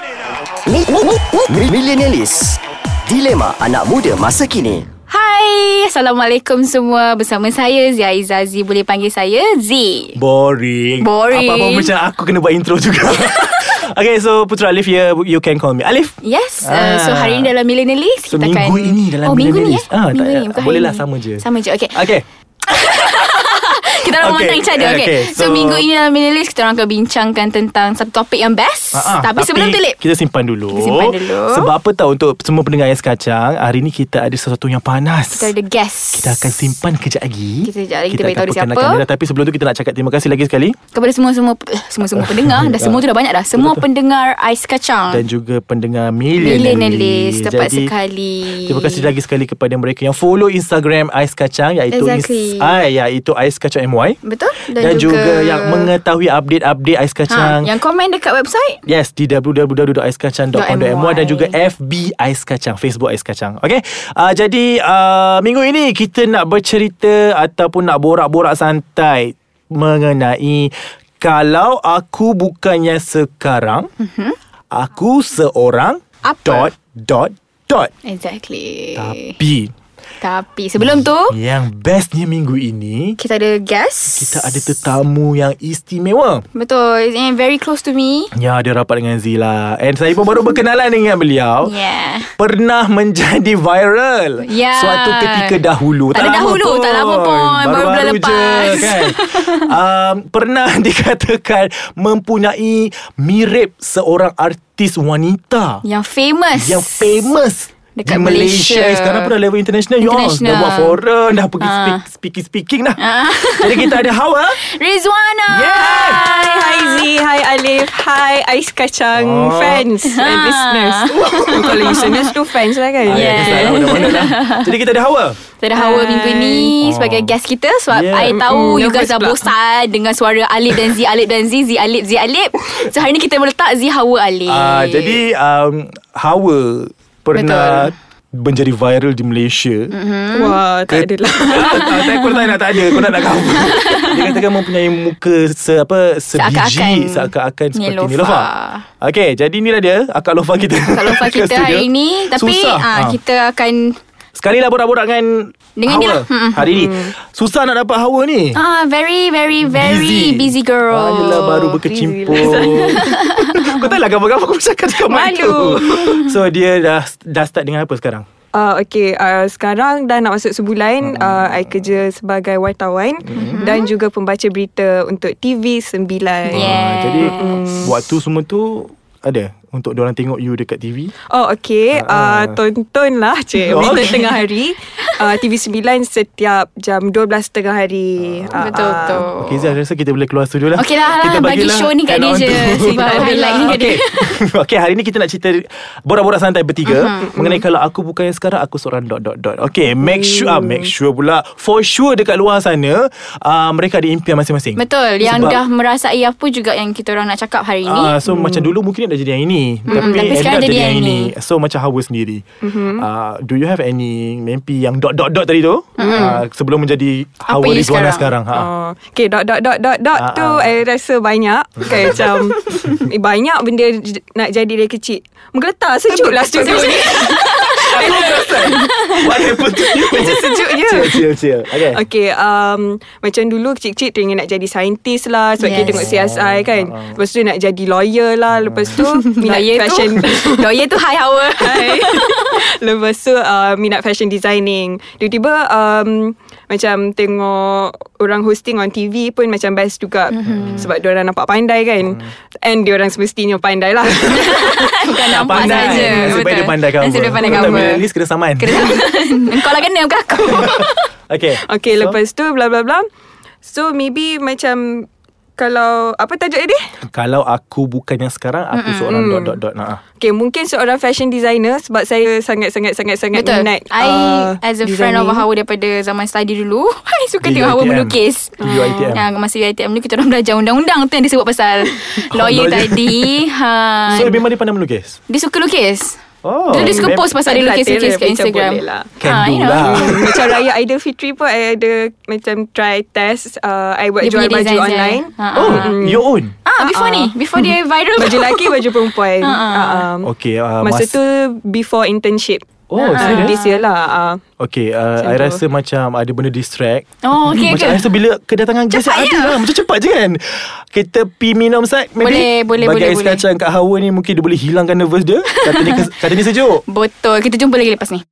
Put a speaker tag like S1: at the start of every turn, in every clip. S1: Mi- mi- mi- mi- Millenialis Dilema anak muda masa kini
S2: Hai, Assalamualaikum semua Bersama saya Zia Izazi Boleh panggil saya Z
S3: Boring
S2: Boring.
S3: Apa-apa pun macam aku kena buat intro juga Okay so Putra Alif here You can call me Alif
S2: Yes, uh,
S3: Ah.
S2: so hari ini dalam Millennialist
S3: So minggu ini
S2: Oh
S3: dalam
S2: minggu ni eh
S3: Millennialist. Ah,
S2: Minggu
S3: tak-
S2: ni, bukan
S3: boleh
S2: hari
S3: lah,
S2: ni.
S3: sama je.
S2: Sama je, okay
S3: Okay
S2: Kita orang
S3: Okay,
S2: okay. each other,
S3: eh,
S2: okay,
S3: okay,
S2: so,
S3: so-
S2: minggu ini dalam Millennialist Kita orang akan bincangkan tentang Satu topik yang best
S3: Ah, ah.
S2: tapi, sebelum tu Lip
S3: Kita simpan dulu
S2: Kita simpan dulu.
S3: Sebab apa tahu Untuk semua pendengar yang sekacang Hari ni kita ada sesuatu yang panas
S2: Kita ada guest
S3: Kita akan simpan kejap lagi
S2: Kita sekejap lagi, kita beritahu dia
S3: akan
S2: siapa.
S3: perkenalkan dia Tapi sebelum tu kita nak cakap terima kasih lagi sekali
S2: Kepada semua-semua eh, Semua-semua pendengar Dah semua tu dah banyak dah Semua pendengar Ais Kacang
S3: Dan juga pendengar Millenialis
S2: Ah. Millennialist Tepat
S3: Jadi,
S2: sekali
S3: Terima kasih lagi sekali kepada mereka yang follow Instagram Ais Kacang iaitu
S2: Exactly.
S3: ins- ah, iaitu Ais Kacang MY
S2: Betul
S3: dan, juga, yang mengetahui update-update Ais Kacang.
S2: ha, Yang komen dekat website
S3: Yes di www.aiskacang.com.my dan juga
S2: .my.
S3: FB Ais Kacang, Facebook Ais Kacang. Okay. Uh, jadi uh, minggu ini kita nak bercerita ataupun nak borak-borak santai mengenai kalau aku bukannya sekarang, mm-hmm. aku seorang
S2: Mhm. Apa?
S3: dot dot dot.
S2: Exactly
S3: Tapi
S2: Tapi sebelum tu
S3: Yang bestnya minggu ini
S2: Kita ada guest
S3: Kita ada tetamu yang istimewa
S2: Betul And very close to me
S3: Ya dia rapat dengan Zila And saya pun baru berkenalan dengan beliau
S2: Yeah
S3: Pernah menjadi viral
S2: Ya.
S3: Suatu ketika dahulu
S2: Tak ada dahulu, tak lama pun. Baru bulan
S3: Baru-baru
S2: lepas.
S3: je kan um, Pernah dikatakan Mempunyai mirip seorang artis wanita
S2: Yang famous
S3: yang famous
S2: Dekat
S3: di Malaysia.
S2: Malaysia.
S3: Sekarang pun dah level international,
S2: International. Ha.
S3: Dah buat forum Dah pergi
S2: Ah.
S3: speak, speaking-speaking dah Jadi kita ada Hawa
S2: Rizwana
S3: Yeah.
S4: Hi, hi Z, hi Alif, hi Ais Kacang
S3: Oh.
S4: fans and
S2: Ah.
S4: listeners. Kalau listeners tu fans lah kan.
S2: Yeah.
S3: Ayah, kesal lah, mana-mana lah. Jadi kita ada Hawa
S2: Kita ada Hawa
S4: Hai.
S2: minggu ni
S3: Oh.
S2: Sebagai guest kita Sebab
S3: Yeah.
S2: I tahu
S4: Mm-mm,
S2: You guys
S4: nervous
S2: dah
S4: pula.
S2: bosan Dengan suara Alif dan Z Alif dan Z Z Alif Z Alif So hari ni kita meletak Z Hawa Alif
S3: Ah, Jadi um, Hawa Pernah Menjadi viral di Malaysia
S2: Mhm.
S3: mm-hmm.
S4: Wah, tak ada lah.
S3: tak, aku tak nak tak ada Kau nak nak cover Dia katakan mempunakan muka se, apa,
S2: Seakan-akan.
S3: Sebiji Seakan-akan Seperti
S2: Nilofa.
S3: Nilofa Okay jadi inilah dia Akak Lofa kita
S2: Kat lupa
S3: Kat
S2: kita
S3: studio.
S2: hari ni Tapi
S3: Susah
S2: ah,
S3: Ah.
S2: Kita akan
S3: Sekali lah borak-borak dengan
S2: Dengan
S3: Hawa
S2: dia lah. Mm-mm.
S3: Hari ni Susah nak dapat Hawa ni
S2: ah, Very very very Busy, girl
S3: ah, Yelah baru
S2: Oh,
S3: berkecimpung Kau tak lah gambar-gambar Aku cakap cakap
S4: Malu.
S3: So dia dah Dah start dengan apa sekarang
S4: Uh, okay, uh, sekarang dah nak masuk
S3: Hmm.
S4: sebulan uh, I kerja sebagai wartawan Dan juga pembaca berita untuk TV 9
S2: Yeah.
S3: Ah, Jadi
S2: Yes.
S3: Waktu semua tu Ada Untuk diorang tengok you Dekat TV
S4: Oh okay
S3: Ah.
S4: uh, Tontonlah cik
S3: Oh,
S4: Berita
S3: okay.
S4: tengah hari uh, TV 9 setiap jam 12 tengah hari Ah,
S2: Betul
S4: ah.
S2: betul
S3: Okay Zah saya rasa kita boleh keluar studio lah
S2: Okey Oh. lah,
S3: Kita
S2: lah, bagi
S3: bagilah
S2: show ni kat dia
S3: add on
S2: je.
S3: tu.
S2: Sebab
S3: Tak ada
S2: highlight
S3: lah.
S2: ni kat dia.
S3: okay. okay hari ni kita nak cerita Borak-borak santai
S2: Mhm,
S3: bertiga uh-huh. Mengenai kalau aku bukan yang sekarang Aku seorang dot dot dot Okay make sure ah, Make sure pula For sure dekat luar sana uh, Mereka ada impian masing-masing
S2: Betul Yang
S3: Sebab-
S2: dah merasai apa juga Yang kita orang nak cakap hari ni
S3: Ah, so hmm. macam dulu mungkin dah jadi yang ini hmm. tapi,
S2: tapi
S3: end
S2: sekarang
S3: up
S2: jadi yang
S3: ini. So macam Hawa sendiri. Mm-hmm. Uh, do you have any mimpi yang dot dot dot tadi tu? Mm-hmm. Uh, sebelum menjadi
S2: Apa
S3: Hawa
S2: you
S3: Rizwana
S2: sekarang?
S3: sekarang. Ha.
S4: Oh. Okay dot dot dot dot dot
S3: Ah,
S4: tu
S3: ah.
S4: I rasa banyak Okay macam eh, Banyak benda j- nak jadi dari kecil Menggeletar sejuk lah sejuk ni
S3: What happened to you?
S4: Macam sejuk je
S3: Chill, chill, chill. Okay. okay.
S4: Okay um, Macam dulu kecil-kecil Teringin nak jadi saintis lah Sebab yes. kita
S2: Yes.
S4: tengok CSI kan
S3: Ah, ah.
S4: Lepas tu nak jadi lawyer lah Lepas tu Minat
S2: Lawyer tu
S4: fashion
S2: Lawyer tu high hour
S4: Hai. Lepas tu uh, Minat fashion designing Tiba-tiba um, Macam tengok Orang hosting on TV pun Macam best juga
S2: Mhm.
S4: mm-hmm. Sebab diorang nampak pandai kan mm. And diorang semestinya pandai lah
S2: Bukan nampak
S3: pandai.
S2: saja
S3: Nasib baik dia pandai cover.
S2: Nasib baik pandai
S3: Kau tak
S2: cover
S3: boleh list, kena saman.
S2: Kena saman Kau lah kena bukan aku
S3: Okay.
S4: Okay so? lepas tu Bla bla bla So maybe macam Kalau Apa tajuk dia
S3: Kalau aku bukan yang sekarang, aku mm seorang dot dot dot. Ha.
S4: Okay mungkin seorang fashion designer Sebab saya sangat-sangat-sangat-sangat
S2: Betul
S4: minat
S2: I
S4: uh,
S2: as a friend of
S4: designing.
S2: Hawa Daripada zaman study dulu I suka
S3: Di
S2: tengok Hawa
S3: UiTM.
S2: melukis Ah,
S3: Di UiTM.
S2: Yang masa di ITM ni Kita orang belajar undang-undang Tu yang dia sebut pasal Lawyer
S3: Oh, lawyer.
S2: tadi ha.
S3: So memang dia pandai melukis.
S2: Dia suka lukis
S3: Oh.
S2: Dia suka post pasal dia lukis-lukis kat
S4: Macam
S2: Instagram.
S4: boleh lah.
S3: Can
S2: Ah,
S3: do
S2: you know.
S3: lah.
S4: Hmm, macam Raya Aidilfitri pun I ada Macam try test uh, I buat
S2: Dia
S4: jual
S2: punya
S4: baju
S2: design-design.
S4: online
S2: Ha, ha.
S3: Oh, your own.
S2: Ah, before ni, before dia viral.
S4: Baju lelaki Baju perempuan
S2: Ha, ha.
S4: Ah, ah.
S3: Okay, ah,
S4: Masa
S3: mas-
S4: tu Before internship
S3: Oh,
S4: Ah,
S3: serious?
S4: This year lah ah.
S3: Okay, uh,
S4: Macam
S3: I
S4: tu.
S3: rasa macam ada benda distract.
S2: Oh, okay
S3: macam
S2: ke?
S3: I rasa bila kedatangan guest
S2: Cepat
S3: ada
S2: ya.
S3: lah. Macam cepat je kan. Kita pi minum sat
S2: Boleh,
S3: maybe.
S2: boleh,
S3: Bagi
S2: boleh,
S3: ais
S2: boleh.
S3: kacang kat Hawa ni mungkin dia boleh hilangkan nervous dia. Katanya, kes- katanya sejuk.
S2: Betul. Kita jumpa lagi lepas ni.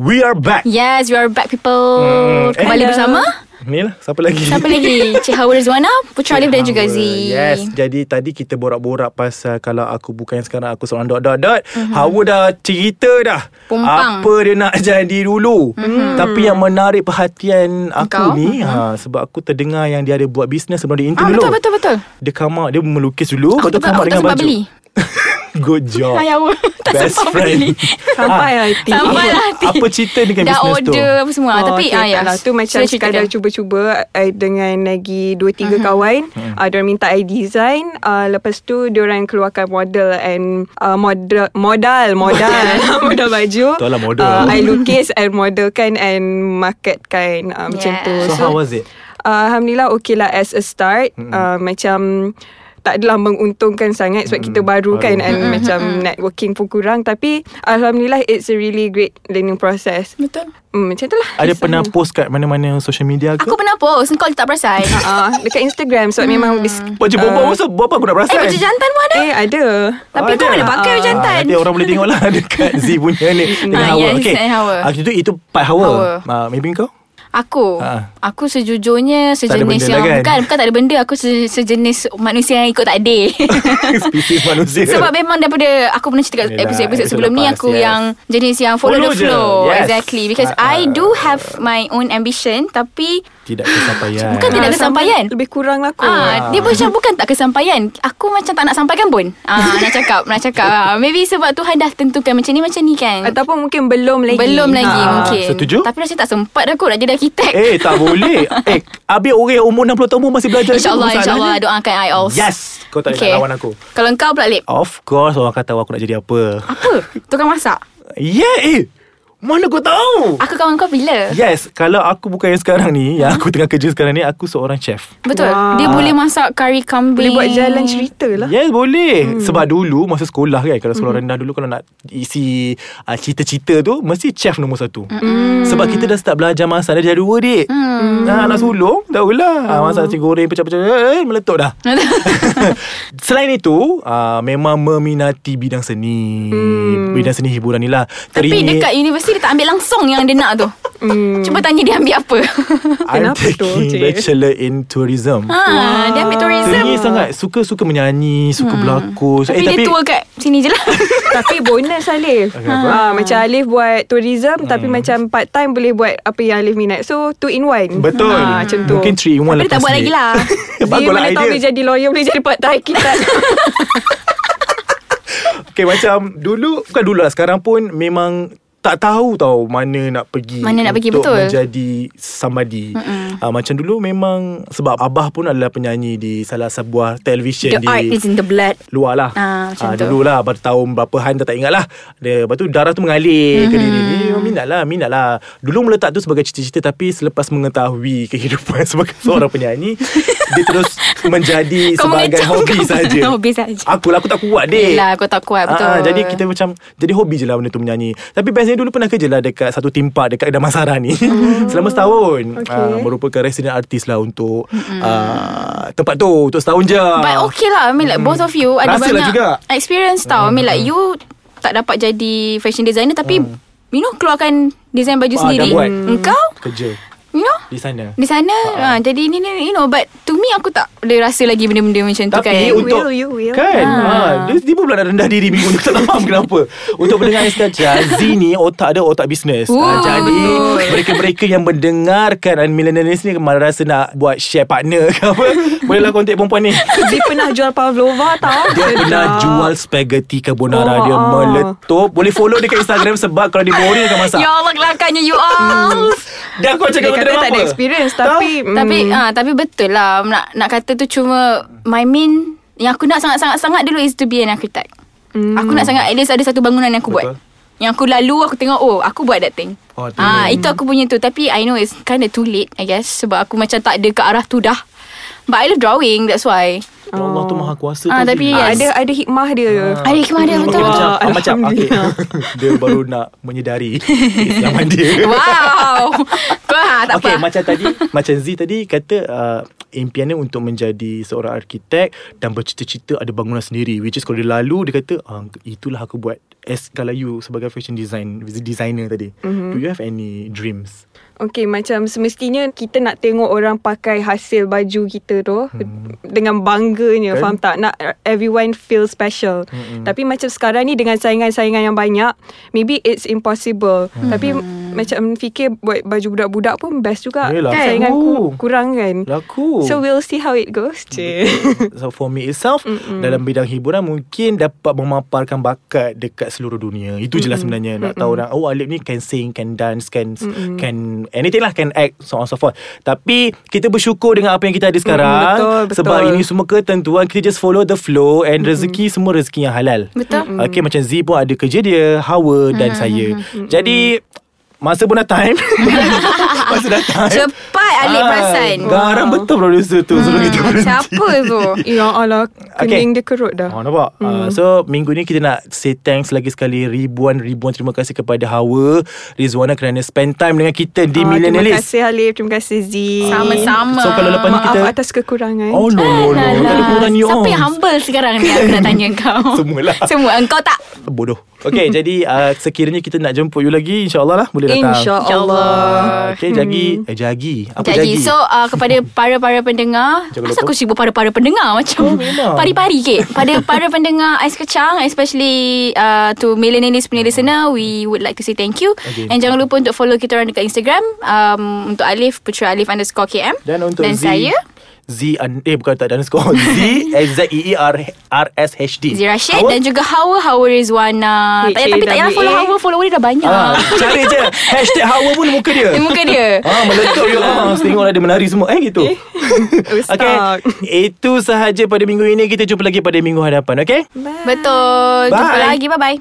S3: We are back.
S2: Yes, we are back people.
S3: Hmm,
S2: Kembali
S3: hello.
S2: bersama.
S3: Ni lah, siapa lagi?
S2: Siapa lagi? Cik Hawa Rizwana, Putra Alif dan juga
S3: Hawa.
S2: Z.
S3: Yes Jadi tadi kita borak-borak Pasal kalau aku bukan yang sekarang Aku seorang dot dot dot mm-hmm. Hawa dah cerita dah
S2: Mhm. Pumpang. Mhm.
S3: Apa dia nak jadi dulu mm-hmm. Tapi yang menarik perhatian
S2: Engkau.
S3: aku ni mm-hmm. ha, Sebab aku terdengar Yang dia ada buat bisnes Sebelum dia
S2: Mhm.
S3: intern
S2: Ah,
S3: dulu
S2: betul, betul, betul.
S3: Dia come out Dia melukis dulu
S2: Aku
S3: Lepas tu
S2: tak-
S3: come out
S2: aku tak
S3: dengan
S2: sempat
S3: baju
S2: beli.
S3: Good job
S2: Hai Hawa. Tak
S3: Best
S2: sempat
S3: friend Eh,
S2: beli.
S3: Ah,
S4: Sampai lah hati
S2: Sampai lah hati.
S3: Apa cerita dengan
S2: Dah
S3: bisnes tu?
S2: order apa semua. Tapi,
S4: okay,
S2: ah,
S4: tak
S2: ya.
S4: lah. Tu macam
S2: Sila ceritakan. Mhm.
S4: sekadar cuba-cuba I dengan lagi 2-3 uh-huh. kawan
S3: Mhm.
S4: uh-huh. Uh, Diorang minta I design uh, Lepas tu diorang keluarkan model And uh, model Modal Modal Modal baju
S3: Tu lah modal.
S4: uh, I lukis and modelkan And marketkan uh, Macam
S2: Yeah.
S4: tu
S3: So Mhm. how was it?
S4: Uh, Alhamdulillah okay lah as a start mm-hmm. uh, Macam tak adalah menguntungkan sangat sebab kita
S3: Mhm.
S4: baru,
S3: baru.
S4: kan
S2: Mhm,
S4: and macam networking pun kurang tapi alhamdulillah it's a really great learning process.
S2: Betul.
S4: Hmm, macam tu lah
S3: Ada pernah post kat mana-mana social media ke?
S2: Aku pernah post. Kau tak perasan.
S4: uh, Dekat Instagram Sebab memang
S2: Hmm.
S4: bis-
S3: Baju perempuan uh, pasal Berapa aku nak perasan
S2: Eh, baju jantan pun ada.
S4: Eh ada
S2: Tapi
S3: ada.
S2: kau mana pakai baju jantan?
S3: Ah, nanti orang boleh tengok lah dekat Z punya ni dengan
S2: Ah,
S3: Hawa.
S2: yes,
S3: okay.
S2: and Hawa.
S3: Ah, itu itu part Hawa.
S2: Hawa.
S3: Ah, maybe kau?
S2: Aku
S3: Ha.
S2: Aku sejujurnya
S3: ada
S2: Sejenis
S3: benda
S2: yang
S3: lah kan?
S2: Bukan bukan tak ada benda Aku se, sejenis manusia yang ikut tak adil
S3: Spesies manusia.
S2: Sebab memang daripada Aku pernah cerita kat
S3: Yelah,
S2: episod-episod
S3: episod
S2: sebelum ni
S3: lepas,
S2: Aku
S3: yes.
S2: yang jenis yang follow,
S3: Follow
S2: the
S3: je,
S2: flow
S3: yes.
S2: Exactly Because
S3: Ah,
S2: I
S3: ah.
S2: do have my own ambition Tapi
S3: tidak kesampaian.
S2: Bukan tidak
S4: Ah,
S2: kesampaian.
S4: sama- Lebih kurang lah aku
S2: Ah, dia macam bukan tak kesampaian. Aku macam tak nak sampaikan pun. Ah, nak cakap, nak cakap. Ah, maybe sebab Tuhan dah tentukan macam ni macam ni kan.
S4: Ataupun mungkin belum lagi
S2: Belum lagi
S4: Ah.
S2: mungkin.
S3: Setuju?
S2: Tapi rasa tak sempat dah aku nak jadi arkitek.
S3: Eh, tak boleh. eh, habis orang yang umur 60 tahun pun masih belajar. je,
S2: InsyaAllah,
S3: masalahnya.
S2: insyaAllah doakan I also.
S3: Yes. Kau tak okay. nak lawan aku.
S2: Kalau kau pula Lip
S3: Of course orang akan tahu aku nak jadi apa.
S2: Apa? Tukang masak?
S3: Yeah, eh. Mana kau tahu?
S2: Aku kawan kau bila?
S3: Yes, kalau aku bukan yang sekarang ni, yang aku tengah kerja sekarang ni, aku seorang chef.
S2: Betul
S4: Wah.
S2: Dia boleh masak kari kambing
S4: Boleh buat jalan cerita lah
S3: Yes boleh hmm. Sebab dulu Masa sekolah kan Kalau sekolah hmm. rendah dulu Kalau nak isi uh, Cita-cita tu Mesti chef nombor satu hmm. Sebab kita dah start belajar Masak dah jadi dua dik hmm. nah, Nak sulung Tahulah oh. Masak nasi goreng Pecah-pecah eh, Meletup dah Selain itu uh, Memang meminati Bidang seni hmm. Bidang seni hiburan ni lah
S2: Tapi
S3: Teringin-
S2: dekat universiti Dia tak ambil langsung Yang dia nak tu
S4: Hmm.
S2: Cuba tanya dia ambil apa
S3: I'm
S4: Kenapa tu,
S3: taking
S4: cik?
S3: bachelor in tourism
S2: ha, Dia ambil tourism
S3: Teringin sangat Suka-suka menyanyi Suka hmm. berlakon
S2: tapi, dia tua kat Sini je lah
S4: Tapi bonus Alif
S3: Okay, apa? Hmm.
S4: ha, Macam Alif buat tourism Tapi macam part time Boleh buat Apa yang Alif minat So two in one
S3: Betul
S4: ha, Macam tu
S3: Mungkin 3 in
S2: Ah, Tapi
S3: 1
S2: dia tak buat lagi lah
S4: Dia
S3: Baguslah
S4: mana tahu boleh
S3: idea
S4: jadi lawyer Boleh jadi part time kita
S3: Okay macam Dulu Bukan dulu lah Sekarang pun memang tak tahu tau mana nak pergi
S2: Mana nak pergi,
S3: untuk
S2: betul.
S3: menjadi somebody uh, macam dulu memang sebab abah pun adalah penyanyi di salah sebuah television
S2: The
S3: di
S2: art is in the blood
S3: luar lah
S2: Ah, macam
S3: Ah,
S2: tu.
S3: Dulu lah Pada tahun berapa Han tak, tak ingat lah Dia, Lepas tu darah tu mengalir mm-hmm. ke diri
S2: Mhm.
S3: ni memang Minat lah Minat lah Dulu meletak tu sebagai cita-cita Tapi selepas mengetahui Kehidupan sebagai seorang penyanyi Dia terus menjadi
S2: Kau
S3: Sebagai
S2: mengecam
S3: hobi
S2: kau
S3: saja
S2: sebagai hobi saja.
S3: Akulah aku tak kuat dek
S2: Yelah aku tak kuat betul
S3: Ah, ah, jadi kita macam Jadi hobi je lah benda tu menyanyi Tapi biasanya dulu pernah kerja lah Dekat satu timpak Dekat Damansara ni
S2: Oh.
S3: Selama setahun
S4: Okay.
S3: Ah, Merupakan resident artis lah Untuk ah, Tempat tu Untuk setahun je
S2: But okay lah I mean
S4: Hmm.
S2: like both of you Ada
S3: Rasalah
S2: banyak
S3: Ah. lah juga. Hmm.
S2: experience tau I mean like you Tak dapat jadi fashion designer Tapi You know keluarkan Design baju
S3: Ah, Hmm. dah
S2: sendiri
S3: buat.
S2: Engkau
S3: Kerja
S2: You know
S3: Di sana
S2: Di sana
S3: Ah.
S2: ha, Jadi ni ni You know But to me aku tak Ada rasa lagi benda-benda macam tu kan
S3: Tapi untuk
S4: will, you will. Ah.
S3: Kan ha. Dia tiba pula nak rendah diri minggu ni Aku tak faham kenapa Untuk pendengar Iskaca Z ni otak dia otak bisnes
S2: Ooh.
S3: ha, Jadi Mereka-mereka yang mendengarkan And millennials ni Kemarin rasa nak buat share partner ke apa Bolehlah kontak perempuan ni
S4: Dia pernah jual pavlova tau
S3: dia pernah jual spaghetti carbonara
S4: Oh,
S3: dia
S4: ah.
S3: meletup. Boleh follow dia kat Instagram sebab kalau dia boring dia akan masak.
S2: Ya Allah kelakarnya you all
S3: Dah kau
S4: Dia
S3: cakap kau
S4: kata tak ada
S3: apa?
S4: experience Tapi mm,
S2: Tapi ah tapi betul lah Nak nak kata tu cuma My main Yang aku nak sangat-sangat sangat dulu Is to be an architect Aku nak sangat At least ada satu bangunan yang aku buat
S3: Mm. Betul.
S2: Yang aku lalu Aku tengok Oh aku buat that thing
S3: Oh, tu.
S2: Ah, Itu aku punya tu Tapi I know it's kind of too late I guess Sebab aku macam tak ada Ke arah tu dah But I love drawing That's why
S3: Ya Allah tu maha kuasa
S2: Ah,
S3: tau,
S2: tapi
S3: Din.
S2: ya, Yes.
S4: Ah, Ada ada hikmah dia.
S2: Ada hikmah dia
S3: Okay,
S2: betul Oh,
S3: Ah, macam, ah, macam okay.
S4: Alhamdulillah.
S3: dia baru nak menyedari keislaman dia.
S2: Wow Kau ha, tak
S3: okay,
S2: apa
S3: macam tadi, macam Z tadi kata uh, impiannya untuk menjadi seorang arkitek dan bercita-cita ada bangunan sendiri. Which is kalau dia lalu, dia kata, ah, itulah aku buat. As kalau you sebagai fashion design designer tadi,
S2: Mhm.
S3: mm-hmm. do you have any dreams?
S4: Okey macam semestinya kita nak tengok orang pakai hasil baju kita tu hmm. dengan
S3: Kan?
S4: bangganya kan? faham tak nak uh, everyone feel special. Hmm. Tapi macam sekarang ni dengan saingan-saingan yang banyak maybe it's impossible. Hmm. Tapi macam fikir buat baju budak-budak pun best juga.
S3: Yelah.
S2: Kan?
S4: Saingan
S3: Oh.
S4: ku- kurang kan.
S3: Laku. Ya
S4: So we'll see how it goes. Cik.
S3: So for me itself Mm-mm. Dalam bidang hiburan Mungkin dapat memaparkan bakat Dekat seluruh dunia Itu je lah sebenarnya Nak tahu orang Oh Alip ni can sing Can dance Can Mm-mm. can anything lah Can act So on so forth Tapi Kita bersyukur dengan apa yang kita ada sekarang
S4: Mm, betul, betul.
S3: Sebab ini semua ketentuan Kita just follow the flow And rezeki Semua rezeki yang halal
S2: Betul.
S3: Okay macam Z pun ada kerja dia Hawa dan saya Jadi Masa pun dah time Masa dah time
S2: Cepat Alif
S3: Ah,
S2: perasan
S3: Garang betul producer tu Suruh kita berhenti
S2: Siapa tu
S4: ya Allah
S3: Okay.
S4: kening dia kerut
S2: Ya.
S4: dah.
S3: Oh nampak hmm. uh, So minggu ni kita nak Say thanks lagi sekali Ribuan-ribuan terima kasih kepada Hawa Rizwana kerana spend time dengan kita Di uh,
S4: Ah, terima
S3: Millennialist
S4: kasih Halif, terima kasih Z.
S2: Sama-sama
S3: So kalau lepas ni
S4: Maaf
S3: kita
S4: atas kekurangan.
S3: Oh no no no Tak ada kurang ni oh.
S2: Siapa
S3: Ons.
S2: yang humble sekarang ni Aku nak tanya kau
S3: Semualah.
S2: Semua Engkau tak
S3: Bodoh Okay jadi uh, Sekiranya kita nak jemput you lagi InsyaAllah lah Boleh datang
S4: InsyaAllah.
S3: Ah, Okay jagi eh, Jagi Apa jagi,
S2: Jadi Hmm. so uh, kepada para-para pendengar
S3: Jangan
S2: Asal
S3: lupa.
S2: aku sibuk para-para pendengar Macam
S3: Oh, memang.
S2: pari-pari ke Pada para pendengar Ais Kecang Especially uh, to millennialist punya listener We would like to say thank you
S3: Okay.
S2: And jangan lupa untuk follow kita orang dekat Instagram um, Untuk Alif Putra Alif underscore KM
S3: Dan untuk
S2: Dan
S3: Z
S2: saya
S3: Z un- Eh bukan tak ada underscore Z Z E E R R S H D
S2: Zira Syed
S3: Hawa?
S2: Dan juga Hawa Hawa Rizwana
S4: H
S2: tak, payah- Tapi tak payah
S4: A W A.
S2: follow Hawa Follower dia dah banyak
S3: Ah, cari je Hashtag Hawa pun muka dia
S2: Ni Muka dia
S3: Ah meletup je ah, Tengoklah dia menari semua Eh gitu Okay
S4: Ustaz.
S3: Itu sahaja pada minggu ini Kita jumpa lagi pada minggu hadapan Okay
S4: Bye.
S2: Betul Jumpa
S3: Bye.
S2: lagi Bye-bye